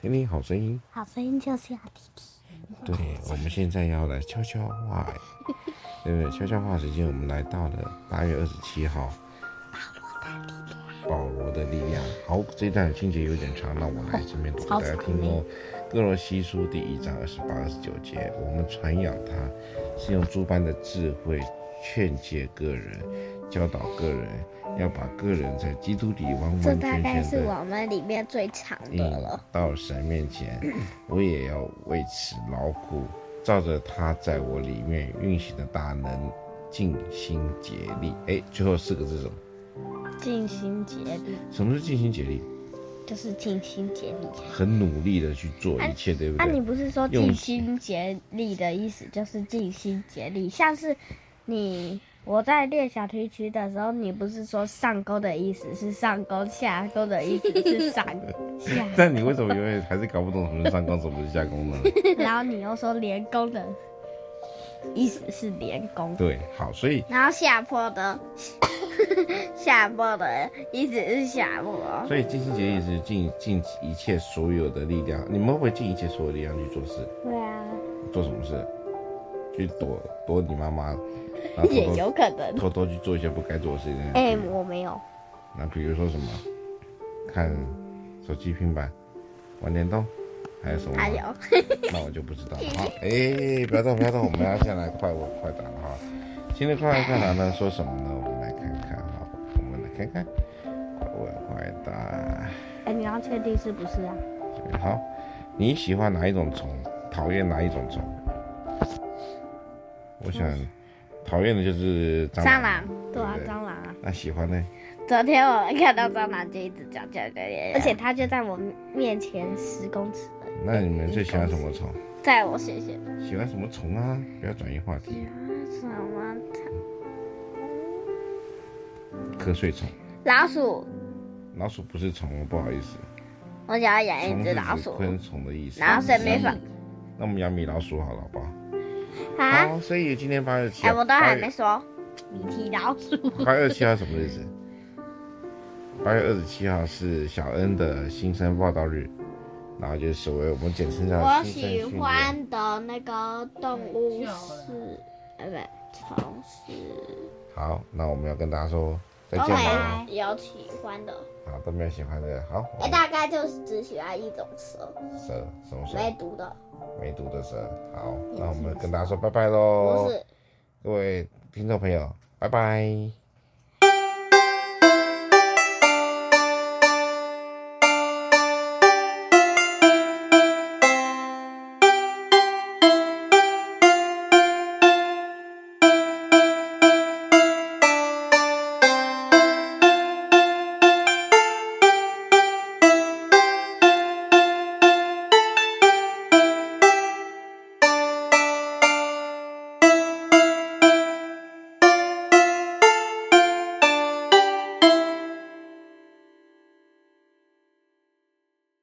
听听好声音。好声音就是要听听。对，我们现在要来悄悄 话，对不对？悄悄话时间，我们来到了八月二十七号。保罗的力量。好，这段情节有点长，那我来这边读给大家听哦。哥罗西书第一章二十八、二十九节，我们传扬他，是用诸般的智慧劝诫个人，教导个人，要把个人在基督里完这完大全概全是的我们里面最长的引了。嗯到神 面前。我也要为此劳苦，照着他在我里面运行的大能，尽心竭力。哎，最后四个字是什么？尽心竭力，什么是尽心竭力？就是尽心竭力。很努力的去做一切，对不那、对？啊你不是说用尽心竭力的意思就是尽心竭力？像是你我在练小提琴的时候，你不是说上钩的意思是上钩，下钩的意思是上 下， 但你为什么永远还是搞不懂什么是上弓，什么是下 弓呢？然后你又说连弓的意思是连弓，对，好，所以然后下坡的下坡的意思是下坡。所以尽心竭力是尽尽一切所有的力量。你们会不会尽一切所有力量去做事？对啊，做什么事？去躲躲你妈妈，然后也偷有可能偷。偷偷去做一些不该做的事情。哎、我没有。那比如说什么？看手机、平板，玩电动，还有什么？还有，那我就不知道了哈。哎、不要动，不要动，我们要下来快问快答了哈。今天快问快答呢，说什么呢？我们来看看哈，我们来看看快问快答。哎、你要确定是不是啊？好，你喜欢哪一种虫？讨厌哪一种虫？我想，讨厌的就是蟑螂。蟑螂，对啊，对蟑螂啊。那喜欢呢？昨天我看到蟑螂就一直叫叫叫叫，而且它就在我面前十公尺，那你们最喜欢什么虫？在我视线。喜欢什么虫啊？不要转移话题。什么？嗯瞌睡虫，老鼠，老鼠不是虫，不好意思。我想要养虫一是只指哎老鼠。昆虫的意思。然后顺便放那我们养米老鼠好了，好不好？啊？好，所以今天八月七哎，号，我都还没说，你提老鼠。 八月七号什么日子？八月二十七号是小恩的新生报道日，然后就是所谓我们简称叫我啊新生喜训练欢的那个动物是，呃，不，虫是。好，那我们要跟大家说再我见了。没有喜欢的，好，都没有喜欢的，好，我哎，们大概就是只喜欢一种蛇，蛇什么蛇？没毒的，没毒的蛇。好，那我们跟大家说拜拜喽不，是。各位听众朋友，拜拜。